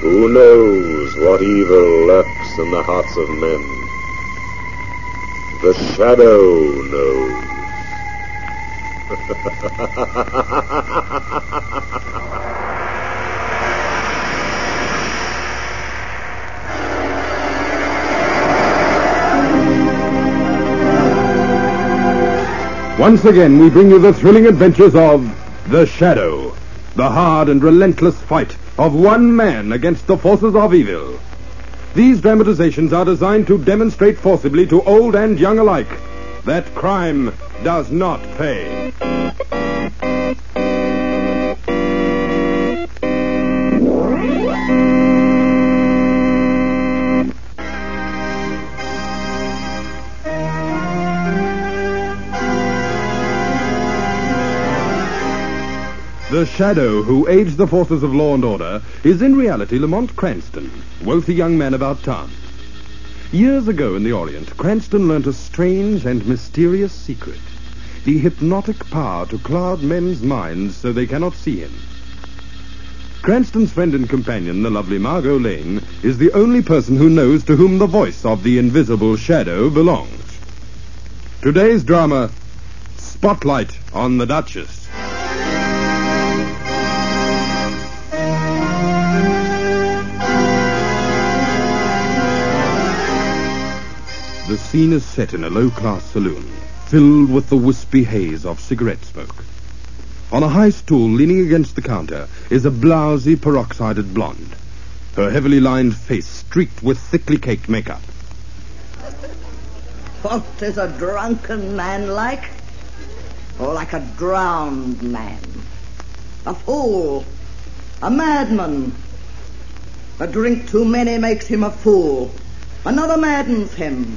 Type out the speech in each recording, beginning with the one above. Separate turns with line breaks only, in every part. Who knows what evil lurks in the hearts of men? The shadow knows.
Once again, we bring you the thrilling adventures of The Shadow, the hard and relentless fight of one man against the forces of evil. These dramatizations are designed to demonstrate forcibly to old and young alike that crime does not pay. The shadow who aids the forces of law and order is in reality Lamont Cranston, wealthy young man about town. Years ago in the Orient, Cranston learnt a strange and mysterious secret the hypnotic power to cloud men's minds so they cannot see him. Cranston's friend and companion, the lovely Margot Lane, is the only person who knows to whom the voice of the invisible shadow belongs. Today's drama Spotlight on the Duchess. The scene is set in a low class saloon, filled with the wispy haze of cigarette smoke. On a high stool leaning against the counter is a blousy, peroxided blonde, her heavily lined face streaked with thickly caked makeup.
What is a drunken man like? Or like a drowned man? A fool. A madman. A drink too many makes him a fool. Another maddens him.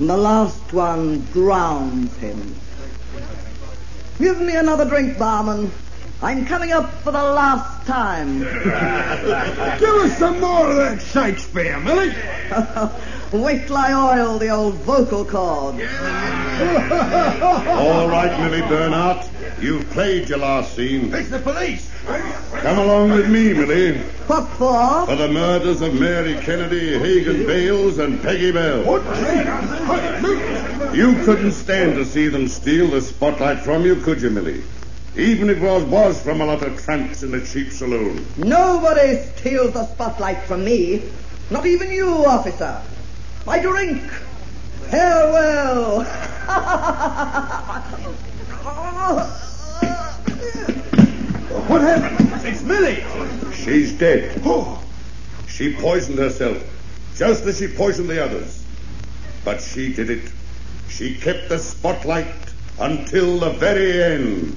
And the last one drowns him. Give me another drink, barman. I'm coming up for the last time.
Give us some more of that Shakespeare, Millie.
Wait till I oil the old vocal cord.
All right, Millie Bernhardt. You've played your last scene.
It's the police.
Come along with me, Millie.
What for?
For the murders of Mary Kennedy, Hagan Bales, and Peggy Bell. You couldn't stand to see them steal the spotlight from you, could you, Millie? Even if it was, was from a lot of tramps in a cheap saloon.
Nobody steals the spotlight from me. Not even you, officer. I drink. Farewell.
What happened? It's Millie.
She's dead.
Oh,
She poisoned herself, just as she poisoned the others. But she did it. She kept the spotlight until the very end.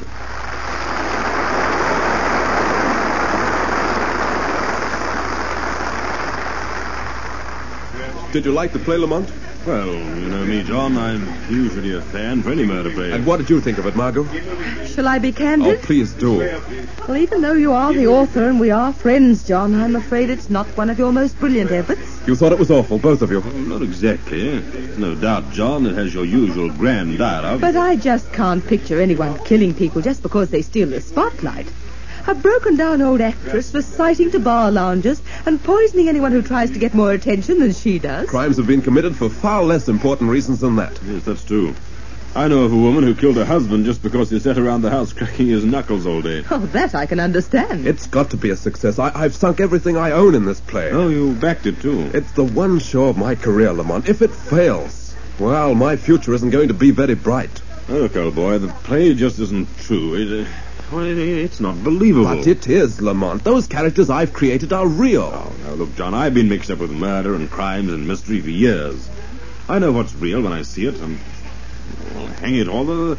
Did you like the play, Lamont?
Well, you know me, John. I'm usually a fan for any murder play.
And what did you think of it, Margot?
Shall I be
Oh,
candid?
please do.
well, even though you are the author and we are friends, John, I'm afraid it's not one of your most brilliant efforts.
You thought it was awful, both of you.
Not exactly. eh? No doubt, John, it has your usual grand
Oh.
dialogue.
But I just can't picture anyone killing people just because they steal the spotlight. A broken down old actress reciting to bar loungers and poisoning anyone who tries to get more attention than she does.
Crimes have been committed for far less important reasons than that.
Yes, that's true. I know of a woman who killed her husband just because he sat around the house cracking his knuckles all day.
Oh, that I can understand.
It's got to be a success. I, I've sunk everything I own in this play.
Oh, you backed it, too.
It's the one show of my career, Lamont. If it fails, well, my future isn't going to be very bright.
Oh, Look, old boy, the play just isn't true. It, uh, well, it, it's not believable.
But it is, Lamont. Those characters I've created are real.
Oh, Now, look, John, I've been mixed up with murder and crimes and mystery for years. I know what's real when I see it, and. Well, hang it all, the, uh,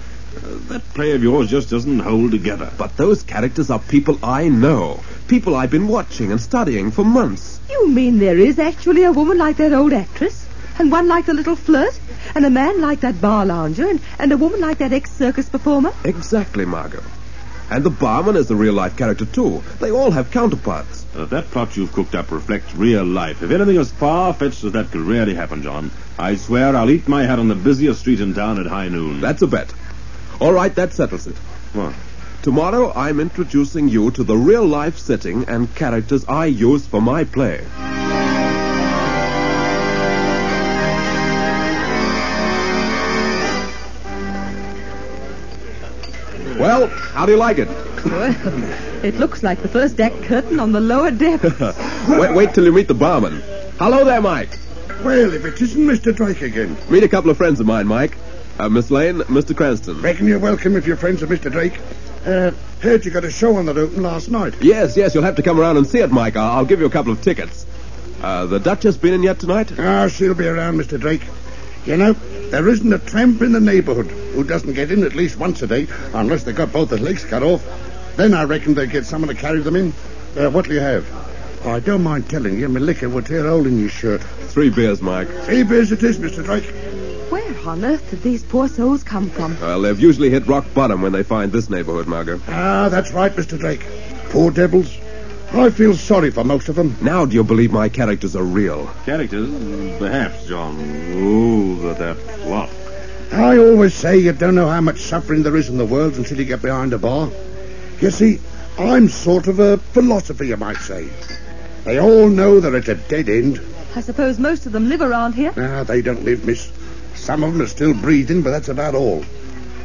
that play of yours just doesn't hold together.
But those characters are people I know. People I've been watching and studying for months.
You mean there is actually a woman like that old actress? And one like the little flirt? And a man like that bar lounger? And, and a woman like that ex circus performer?
Eh. Exactly, Margot. And the barman is a real life character, too. They all have counterparts.
Uh, that plot you've cooked up reflects real life. If anything as far fetched as that could really happen, John, I swear I'll eat my hat on the busiest street in town at high noon.
That's a bet. All right, that settles it.
What?
Tomorrow, I'm introducing you to the real life setting and characters I use for my play. Well, how do you like it?
Well, it looks like the first act curtain on the lower deck.
wait, wait till you meet the barman. Hello there, Mike.
Well, if it isn't Mr. Drake again.
Meet a couple of friends of mine, Mike. Uh, Miss Lane, Mr. Cranston.
Reckon you're welcome if you're friends of Mr. Drake. Uh, heard you got a show on that open last night.
Yes, yes, you'll have to come around and see it, Mike. I- I'll give you a couple of tickets. Uh, the Duchess been in yet tonight?
Ah, she'll be around, Mr. Drake. You know, there isn't a tramp in the neighborhood who doesn't get in at least once a day, unless they got both their legs cut off. Then I reckon they get someone to carry them in. Uh, what'll you have? Oh, I don't mind telling you, my liquor will tear a hole in your shirt.
Three beers, Mike.
Three beers it is, Mr. Drake.
Where on earth did these poor souls come from?
Well, they've usually hit rock bottom when they find this neighborhood, Margot.
Ah, that's right, Mr. Drake. Poor devils. I feel sorry for most of them.
Now do you believe my characters are real?
Characters, perhaps, John. Oh, but that plot.
I always say you don't know how much suffering there is in the world until you get behind a bar. You see, I'm sort of a philosopher, you might say. They all know they're at a dead end.
I suppose most of them live around here.
Ah, they don't live, miss. Some of them are still breathing, but that's about all.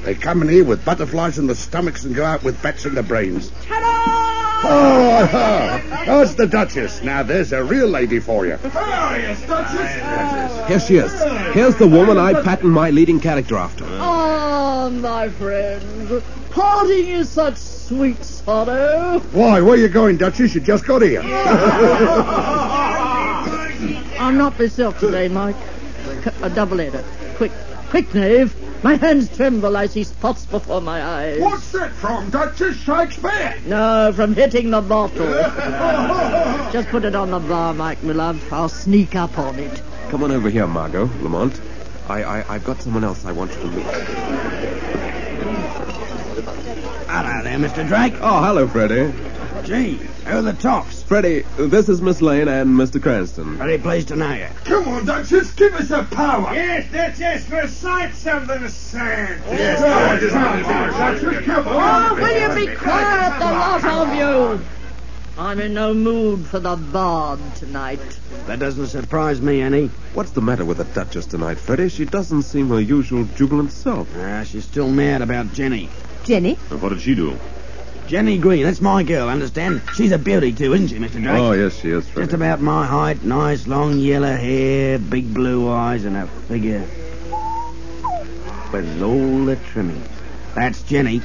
They come in here with butterflies in their stomachs and go out with bats in their brains.
Ta-da!
Oh, that's the Duchess. Now, there's a real lady for you.
Here she is. Here's the woman I patterned my leading character after.
Ah, my friend, parting is such sweet sorrow.
Why, where you going, Duchess? You just got here.
I'm not myself today, Mike. C- A double header. Quick, quick, knave. My hands tremble. I see spots before my eyes.
What's that from, Duchess Shakespeare?
No, from hitting the bottle. Just put it on the bar, Mike, my love. I'll sneak up on it.
Come on over here, Margot, Lamont. I, I, I've got someone else I want you to meet.
Hello there, Mr. Drake.
Oh, hello, Freddie.
Gee, who are the tops?
Freddie, this is Miss Lane and Mr. Cranston.
Very pleased to know you.
Come on, Duchess, give us a power.
Yes, that's us. Recite something to sand.
Yes, Duchess, come
Oh, will you be quiet, the lot of you? I'm in no mood for the bard tonight.
That doesn't surprise me any.
What's the matter with the Duchess tonight, Freddie? She doesn't seem her usual jubilant self.
Ah, she's still mad about Jenny.
Jenny?
And what did she do?
Jenny Green, that's my girl, understand? She's a beauty too, isn't she, Mr. Drake?
Oh, yes, she is,
Just
Freddie.
about my height, nice long yellow hair, big blue eyes, and a figure with all the trimmings. That's Jenny.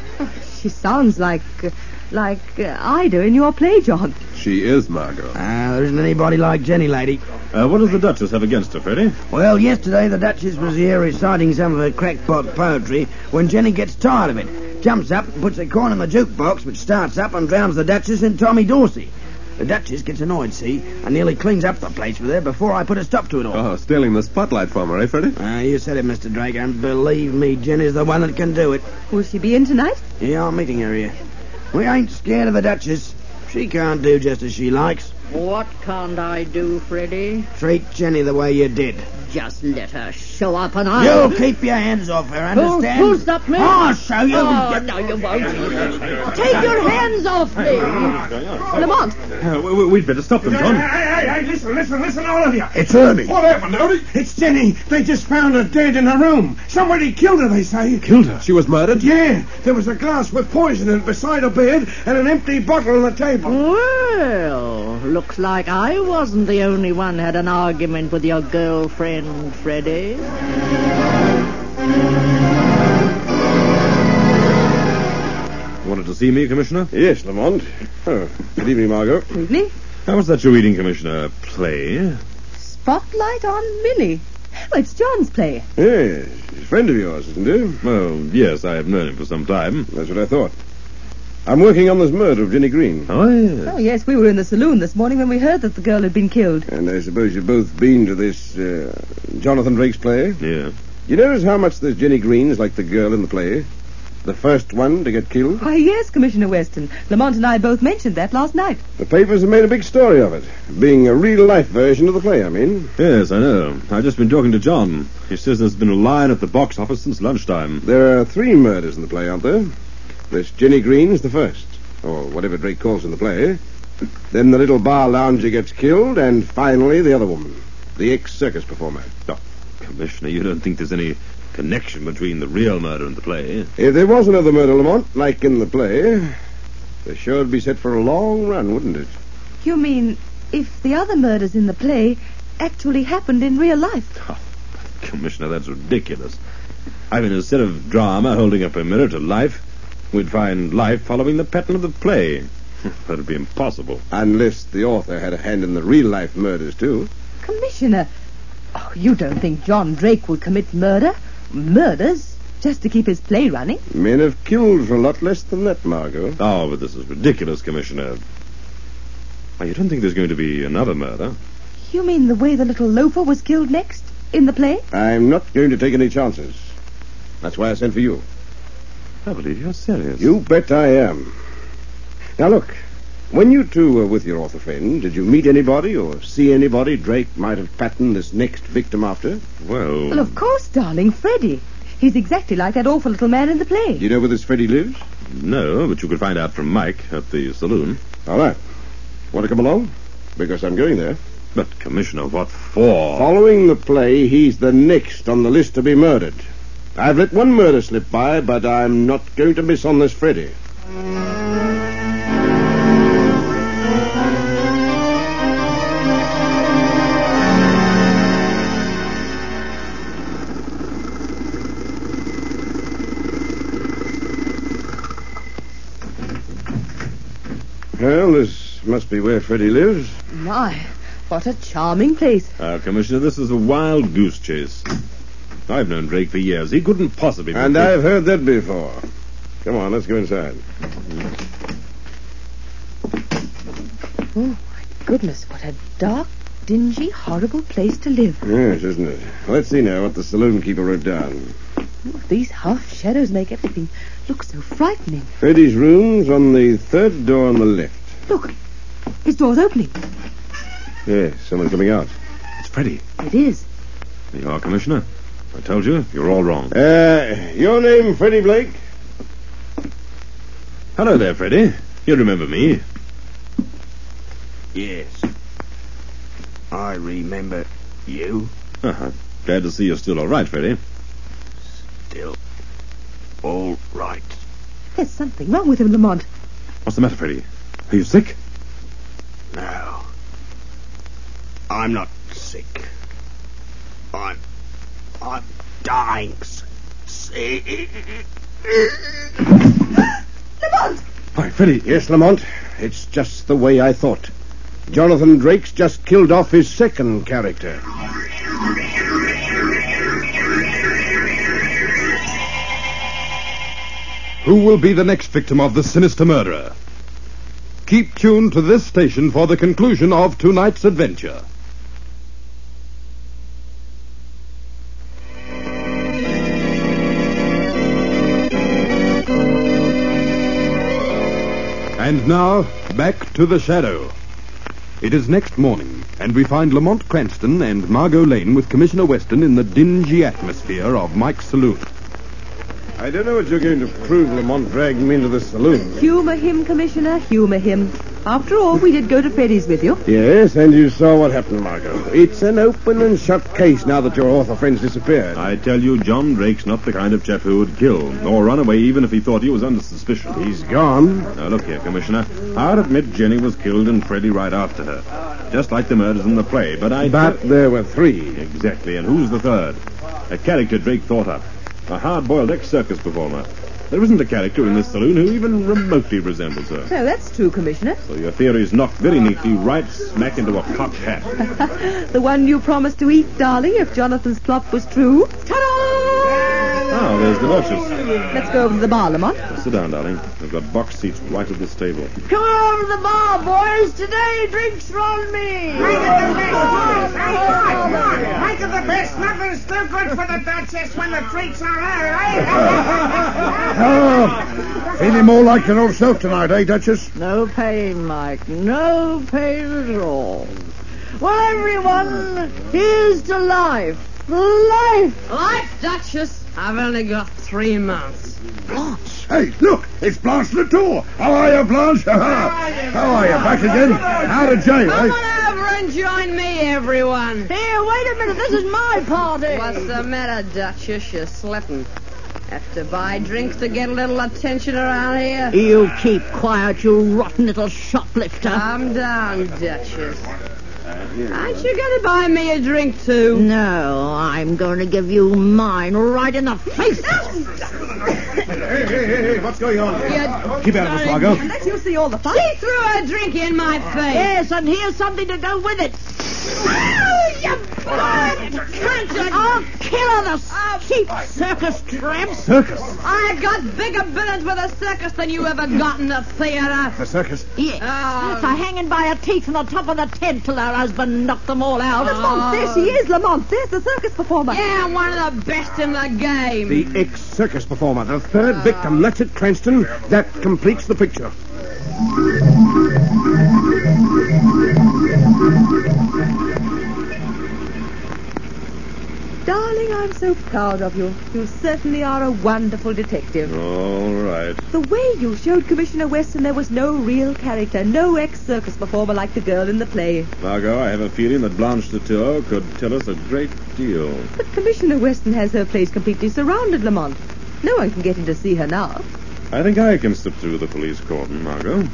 She sounds like, uh, like uh, Ida in your play, John.
She is, Margot.
Ah, there isn't anybody like Jenny, lady.
Uh, what does the Duchess have against her, Freddie?
Well, yesterday the Duchess was here reciting some of her crackpot poetry when Jenny gets tired of it, jumps up and puts a coin in the jukebox, which starts up and drowns the Duchess in Tommy Dorsey. The Duchess gets annoyed, see, and nearly cleans up the place with her before I put a stop to it all.
Oh, stealing the spotlight from her, eh, Freddie?
Ah, you said it, Mr. Drake, and believe me, Jenny's the one that can do it.
Will she be in tonight?
Yeah, I'm meeting her here. We ain't scared of the Duchess. She can't do just as she likes.
What can't I do, Freddy?
Treat Jenny the way you did.
Just let her show up and I'll...
You keep your hands off her, understand?
who's that man?
I'll show you.
Oh, no, you won't. Take your hands off me! Lamont,
Uh, we, we'd better stop them, John.
hey, hey, listen, listen, listen, all of you.
It's Ernie.
What happened, Odie?
It's Jenny. They just found her dead in her room. Somebody killed her, they say.
Killed her. She was murdered?
Yeah, there was a glass with poison in it beside her bed and an empty bottle on the table.
Well, looks like I wasn't the only one had an argument with your girlfriend, Freddy.
Wanted to see me, Commissioner?
Yes, Lamont. Oh, good evening, Margot.
Evening.
How was that you're reading, Commissioner? Play?
Spotlight on Millie. Oh, it's John's play.
Yes, he's a friend of yours, isn't he?
Well, yes, I have known him for some time.
That's what I thought. I'm working on this murder of Jenny Green.
Oh, yes.
Oh, yes, we were in the saloon this morning when we heard that the girl had been killed.
And I suppose you've both been to this uh, Jonathan Drake's play.
Yeah.
You notice how much this Jenny Green is like the girl in the play? The first one to get killed?
Why, yes, Commissioner Weston. Lamont and I both mentioned that last night.
The papers have made a big story of it. Being a real life version of the play, I mean.
Yes, I know. I've just been talking to John. He says there's been a line at the box office since lunchtime.
There are three murders in the play, aren't there? This Ginny Green's the first, or whatever Drake calls in the play. Then the little bar lounger gets killed, and finally the other woman, the ex circus performer.
Oh, Commissioner, you don't think there's any connection between the real murder and the play?
If there was another murder, Lamont, like in the play, the show would be set for a long run, wouldn't it?
You mean if the other murders in the play actually happened in real life?
Commissioner, that's ridiculous. I mean, instead of drama holding up a mirror to life, we'd find life following the pattern of the play. That'd be impossible.
Unless the author had a hand in the real life murders, too.
Commissioner, oh, you don't think John Drake would commit murder? Murders? Just to keep his play running?
Men have killed for a lot less than that, Margot.
Oh, but this is ridiculous, Commissioner. Why, you don't think there's going to be another murder?
You mean the way the little loafer was killed next? In the play?
I'm not going to take any chances. That's why I sent for you.
I believe you're serious.
You bet I am. Now, look, when you two were with your author friend, did you meet anybody or see anybody Drake might have patterned this next victim after?
Well.
Well, of course, darling, Freddy. He's exactly like that awful little man in the play.
Do you know where this Freddy lives?
No, but you could find out from Mike at the saloon.
All right. Want to come along? Because I'm going there.
But, Commissioner, what for?
Following the play, he's the next on the list to be murdered. I've let one murder slip by, but I'm not going to miss on this Freddy. Well, this must be where Freddy lives.
My, what a charming place.
Ah, Commissioner, this is a wild goose chase. I've known Drake for years. He couldn't possibly. be-
And I've heard that before. Come on, let's go inside.
Oh, my goodness, what a dark, dingy, horrible place to live.
Yes, isn't it? Let's see now what the saloon keeper wrote down.
These half shadows make everything look so frightening.
Freddy's room's on the third door on the left.
Look, his door's opening.
Yes, someone coming out.
It's Freddy.
It is.
There you are, Commissioner. I told you, you're all wrong.
Uh, your name, Freddy Blake?
Hello there, Freddy. You remember me?
Yes. I remember you
Uh-huh. Glad to see you're still all right, Freddy.
still. All right.
There's something wrong with him, Lamont.
What's the matter, Freddy? Are you sick?
No. I'm not sick. I'm. I'm dying s- sick.
Lamont!
Why, Freddy. Yes, Lamont. It's just the way I thought. Jonathan Drake's just killed off his second character.
Who will be the next victim of the sinister murderer? Keep tuned to this station for the conclusion of tonight's adventure. And now, back to the shadow. It is next morning, and we find Lamont Cranston and Margot Lane with Commissioner Weston in the dingy atmosphere of Mike's saloon.
I don't know what you're going to prove, Lamont, dragging me into the saloon.
Humor him, Commissioner, humor him. After all, we did go to Freddy's with you.
Yes, and you saw what happened, Margot. It's an open and shut case now that your author friend's disappeared.
I tell you, John Drake's not the kind of chap who would kill or run away even if he thought he was under suspicion.
He's gone.
Now, look here, Commissioner. I'd admit Jenny was killed and Freddy right after her. Just like the murders in the play, but I.
But there were three.
Exactly, and who's the third? A character Drake thought up. A hard boiled ex circus performer. There isn't a character in this saloon who even remotely resembles her.
No, that's true, Commissioner.
So your theory's knocked very neatly right smack into a cocked hat.
the one you promised to eat, darling, if Jonathan's plot was true. Ta-da!
Now, there's the Duchess.
Let's go over to the bar, Lamont.
Sit down, darling. We've got box seats right at this table.
Come over to the bar, boys. Today, drinks are on me.
Make it the best. Make it the best. Nothing's too good for the Duchess when the treats are eh?
Ah, feeling more like your old self tonight, eh, Duchess?
No pain, Mike. No pain at all. Well, everyone, here's to life. Life.
Life, Duchess.
I've only got three months.
Blanche! Hey, look, it's Blanche Latour. How are you, Blanche? How are you? How are you? Back again? Out of jail,
Come
eh?
on over and join me, everyone.
Here, wait a minute. This is my party.
What's the matter, Duchess? You're slipping. Have to buy drinks to get a little attention around here.
You keep quiet, you rotten little shoplifter.
Calm down, Duchess. Aren't Um, you going to buy me a drink, too?
No, I'm going to give you mine right in the face.
Hey, hey, hey, hey, what's going on?
You
Keep out of this, Margot.
Unless you see all the fun.
She threw her drink in my face.
Yes, and here's something to go with it.
Oh, You blind cunt!
I'll kill her, the cheap circus tramps.
Circus?
I've got bigger villains with a circus than you ever got in the theater.
The circus?
Yes.
Oh.
For hanging by her teeth on the top of the tent till her husband knocked them all out.
Lamont, there she is, Lamont. There's the circus performer.
Oh. Yeah, one of the best in the game.
The ex-circus performer, the third victim. That's it, Cranston. That completes the picture.
Darling, I'm so proud of you. You certainly are a wonderful detective.
All right.
The way you showed Commissioner Weston there was no real character, no ex-circus performer like the girl in the play.
Margot, I have a feeling that Blanche Latour could tell us a great deal.
But Commissioner Weston has her place completely surrounded, Lamont. No one can get in to see her now.
I think I can slip through the police cordon, Margot.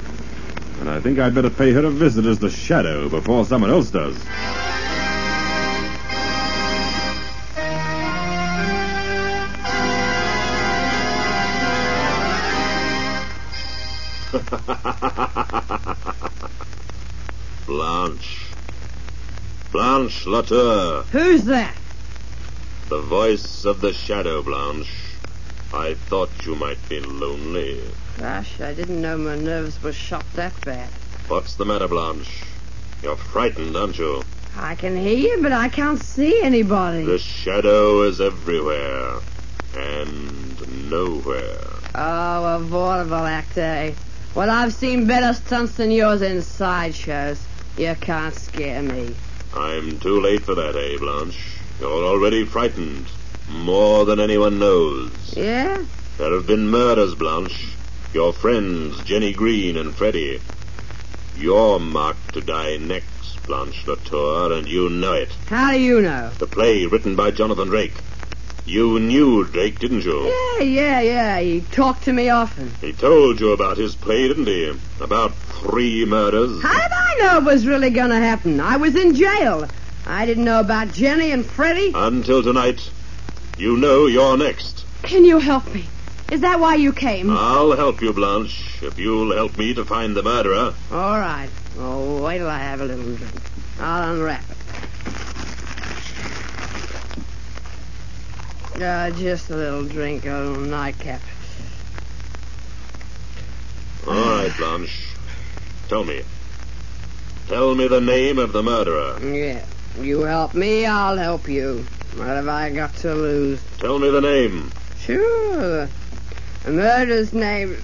And I think I'd better pay her a visit as the shadow before someone else does.
Blanche. Blanche Latour.
Who's that?
The voice of the shadow, Blanche. I thought you might be lonely.
Gosh, I didn't know my nerves were shot that bad.
What's the matter, Blanche? You're frightened, aren't you?
I can hear you, but I can't see anybody.
The shadow is everywhere and nowhere.
Oh, a vaudeville act, eh? Well, I've seen better stunts than yours in sideshows. You can't scare me.
I'm too late for that, eh, Blanche? You're already frightened. More than anyone knows.
Yeah?
There have been murders, Blanche. Your friends, Jenny Green and Freddy. You're marked to die next, Blanche Latour, and you know it.
How do you know?
The play written by Jonathan Drake. You knew Drake, didn't you?
Yeah, yeah, yeah. He talked to me often.
He told you about his play, didn't he? About three murders.
How did I know it was really going to happen? I was in jail. I didn't know about Jenny and Freddie.
Until tonight. You know you're next.
Can you help me? Is that why you came?
I'll help you, Blanche, if you'll help me to find the murderer.
All right. Oh, wait till I have a little drink. I'll unwrap it. Uh, just a little drink, a little nightcap.
All right, Blanche. Tell me. Tell me the name of the murderer.
Yeah. You help me, I'll help you. What have I got to lose?
Tell me the name.
Sure. The murderer's name.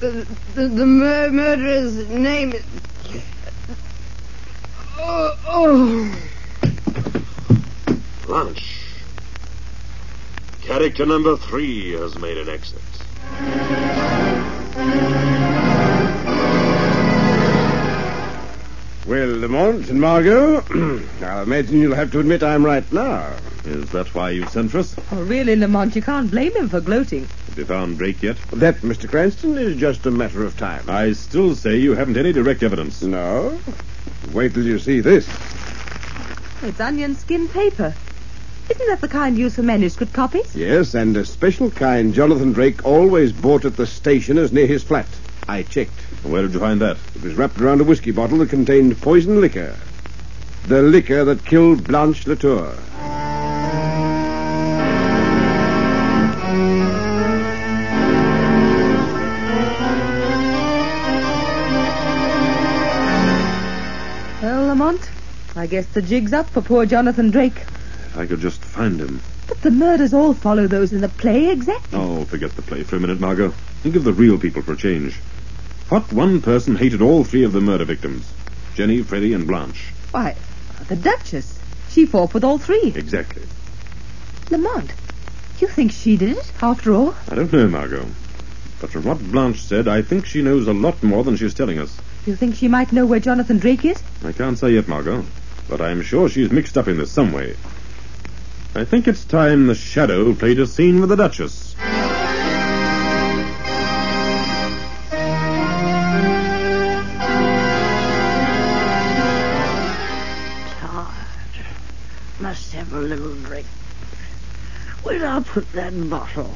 The, the, the mur- murderer's name is. Oh, oh.
Blanche. Character number three has made an exit.
Well, Lamont and Margot, I imagine you'll have to admit I'm right now.
Is that why you sent for us?
Oh, really, Lamont, you can't blame him for gloating.
Have you found Drake yet?
That, Mr. Cranston, is just a matter of time.
I still say you haven't any direct evidence.
No? Wait till you see this.
It's onion skin paper. Isn't that the kind used for manuscript copies?
Yes, and a special kind Jonathan Drake always bought at the stationer's near his flat. I checked.
Where did you find that?
It was wrapped around a whiskey bottle that contained poison liquor. The liquor that killed Blanche Latour.
Well, Lamont, I guess the jig's up for poor Jonathan Drake.
If I could just find him.
But the murders all follow those in the play exactly.
Oh, forget the play for a minute, Margot. Think of the real people for a change. What one person hated all three of the murder victims? Jenny, Freddie, and Blanche.
Why, the Duchess. She fought with all three.
Exactly.
Lamont, you think she did it, after all?
I don't know, Margot. But from what Blanche said, I think she knows a lot more than she's telling us.
You think she might know where Jonathan Drake is?
I can't say yet, Margot. But I'm sure she's mixed up in this some way. I think it's time the Shadow played a scene with the Duchess.
Must have a little drink. Where'd I put that bottle?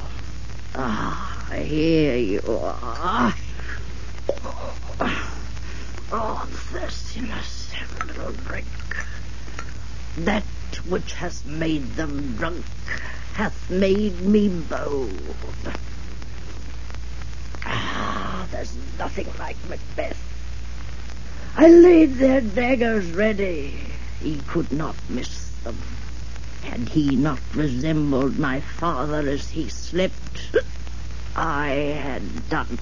Ah, here you are. Oh, I'm thirsty. Must have a little drink. That which has made them drunk hath made me bold. Ah, there's nothing like Macbeth. I laid their daggers ready. He could not miss them. Had he not resembled my father as he slept, I had done.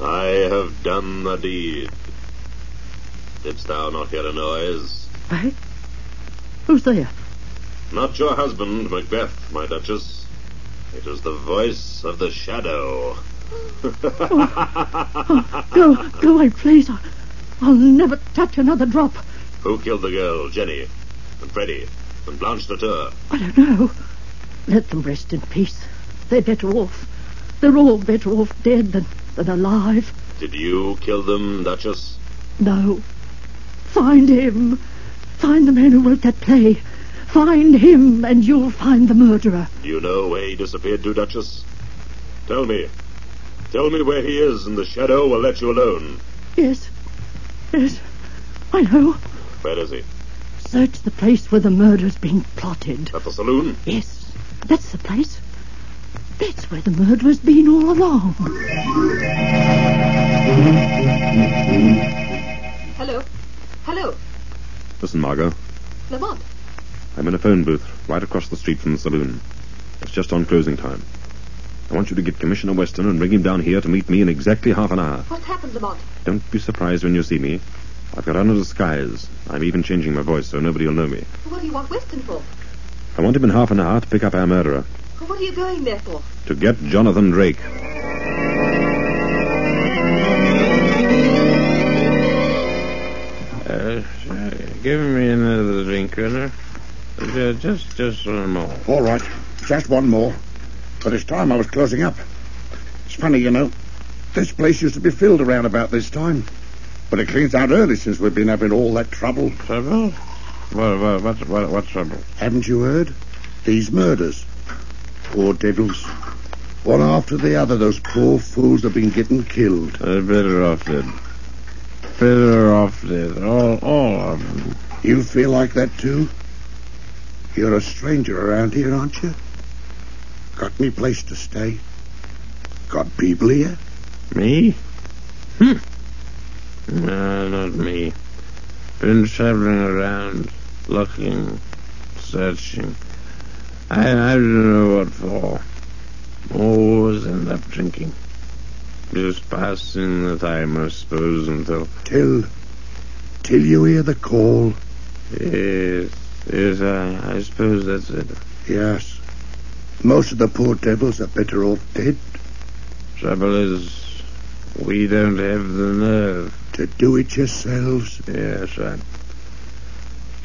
I have done the deed. Didst thou not hear a noise?
Why? Eh? Who's there?
Not your husband, Macbeth, my Duchess. It is the voice of the shadow.
Go, go away, please. I- I'll never touch another drop.
Who killed the girl, Jenny, and Freddy, and Blanche Latour?
I don't know. Let them rest in peace. They're better off. They're all better off dead than, than alive.
Did you kill them, Duchess?
No. Find him. Find the man who wrote that play. Find him, and you'll find the murderer.
Do you know where he disappeared to, Duchess? Tell me. Tell me where he is, and the shadow will let you alone.
Yes. Yes. I know.
Where is he?
Search the place where the murder's been plotted.
At the saloon?
Yes. That's the place. That's where the murderer's been all along.
Hello? Hello?
Listen, Margot.
Lamont?
I'm in a phone booth right across the street from the saloon. It's just on closing time. I want you to get Commissioner Weston and bring him down here to meet me in exactly half an hour.
What's happened, Lamont?
Don't be surprised when you see me. I've got on a disguise. I'm even changing my voice so nobody'll know me.
What do you want Weston for?
I want him in half an hour to pick up our murderer,
What are you going there for?
to get Jonathan Drake.
Uh, uh, give me another drink, Colonel. Uh, just, just one more.
All right, just one more. But it's time I was closing up. It's funny, you know. This place used to be filled around about this time. But it cleans out early since we've been having all that trouble.
Trouble? What, what, what, what, what trouble?
Haven't you heard? These murders. Poor devils. One after the other, those poor fools have been getting killed.
They're Uh, better off dead. Better off dead. All, all of them.
You feel like that too? You're a stranger around here, aren't you? Got any place to stay? Got people here?
Me? Hmm. No, not me. Been traveling around, looking, searching. I, I don't know what for. Always end up drinking. Just passing the time, I suppose, until.
Till. till you hear the call.
Yes, yes, uh, I, I suppose that's it.
Yes. Most of the poor devils are better off dead.
Trouble is, we don't have the nerve.
To do it yourselves?
Yes, right.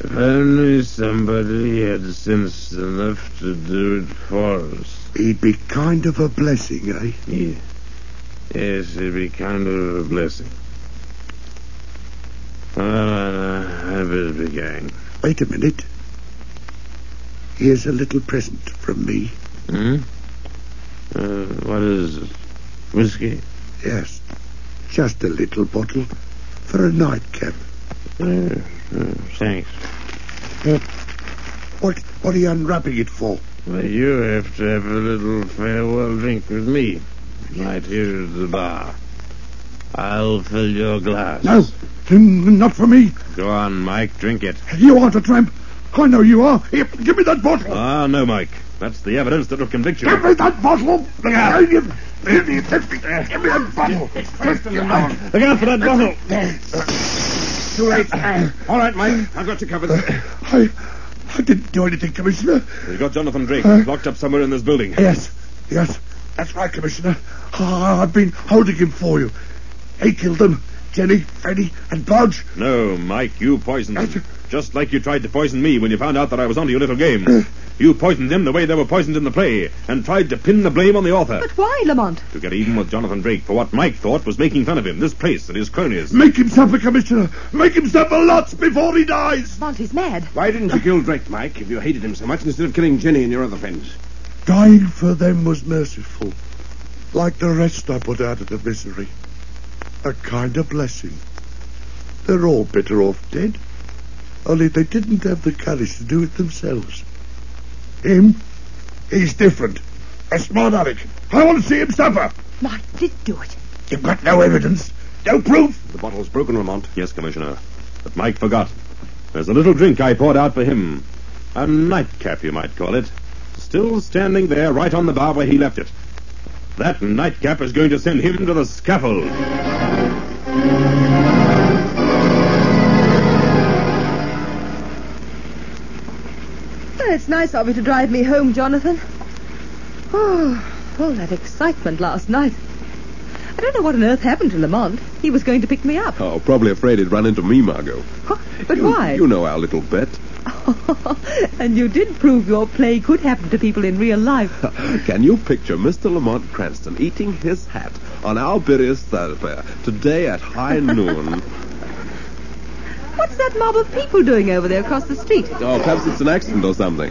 If only somebody had sense enough to do it for us.
He'd be kind of a blessing, eh?
Yeah. Yes, it'd be kind of a blessing. Well, I, I better be going.
Wait a minute. Here's a little present from me.
Hmm? Uh, what is it? Whiskey?
Yes. Just a little bottle for a nightcap.
Uh, uh, thanks.
Uh, What, what are you unwrapping it for?
Well, you have to have a little farewell drink with me. Right here at the bar. I'll fill your glass.
No, Oh, n- not for me.
Go on, Mike, drink it.
You aren't a tramp. I know you are. Here, give me that bottle.
Ah, no, Mike. That's the evidence that will convict you.
Give me that bottle. Give me that
It's Preston, Lamont.
Look out for that bottle.
It's too late.
All right, Mike. I've got you covered.
Uh, I, I didn't do anything, Commissioner.
We've got Jonathan Drake
Huh?
locked up somewhere in this building.
Yes, yes. That's right, Commissioner. Ah, I've been holding him for you. He killed them. Jenny, Freddy, and Blodge.
No, Mike, you poisoned them. Just like you tried to poison me when you found out that I was onto your little game. you poisoned them the way they were poisoned in the play, and tried to pin the blame on the author.
But why, Lamont?
to get even with Jonathan Drake for what Mike thought was making fun of him, this place, and his cronies.
Make him suffer, Commissioner. Make him suffer lots before he dies.
Lamont, he's mad.
Why didn't you kill Drake, Mike, if you hated him so much, instead of killing Jenny and your other friends?
Dying for them was merciful. Like the rest I put out of the misery. A kind of blessing. They're all better off dead. Only they didn't have the courage to do it themselves. Him? He's different. A smart aleck. I want to see him suffer.
Mike did do it.
You've got no evidence. No proof.
The bottle's broken, Lamont.
Yes, Commissioner. But Mike forgot. There's a little drink I poured out for him. A nightcap, you might call it. Still standing there, right on the bar where he left it. That nightcap is going to send him to the scaffold.
Well, it's nice of you to drive me home, Jonathan. Oh, all that excitement last night. I don't know what on earth happened to Lamont. He was going to pick me up.
Oh, probably afraid he'd run into me, Margot.
But why?
You know our little bet.
and you did prove your play could happen to people in real life.
Can you picture Mr. Lamont Cranston eating his hat on our bilious thoroughfare today at high noon?
What's that mob of people doing over there across the street?
Oh, perhaps it's an accident or something.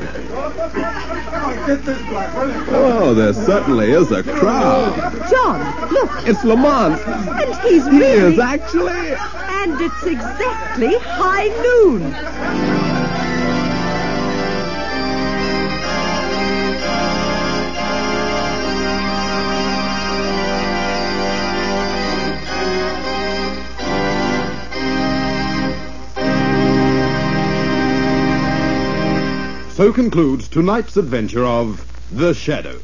Oh, there certainly is a crowd.
John, look.
It's Lamont.
And he's
He is
really...
actually-
And it's exactly high noon.
So concludes tonight's adventure of The Shadow.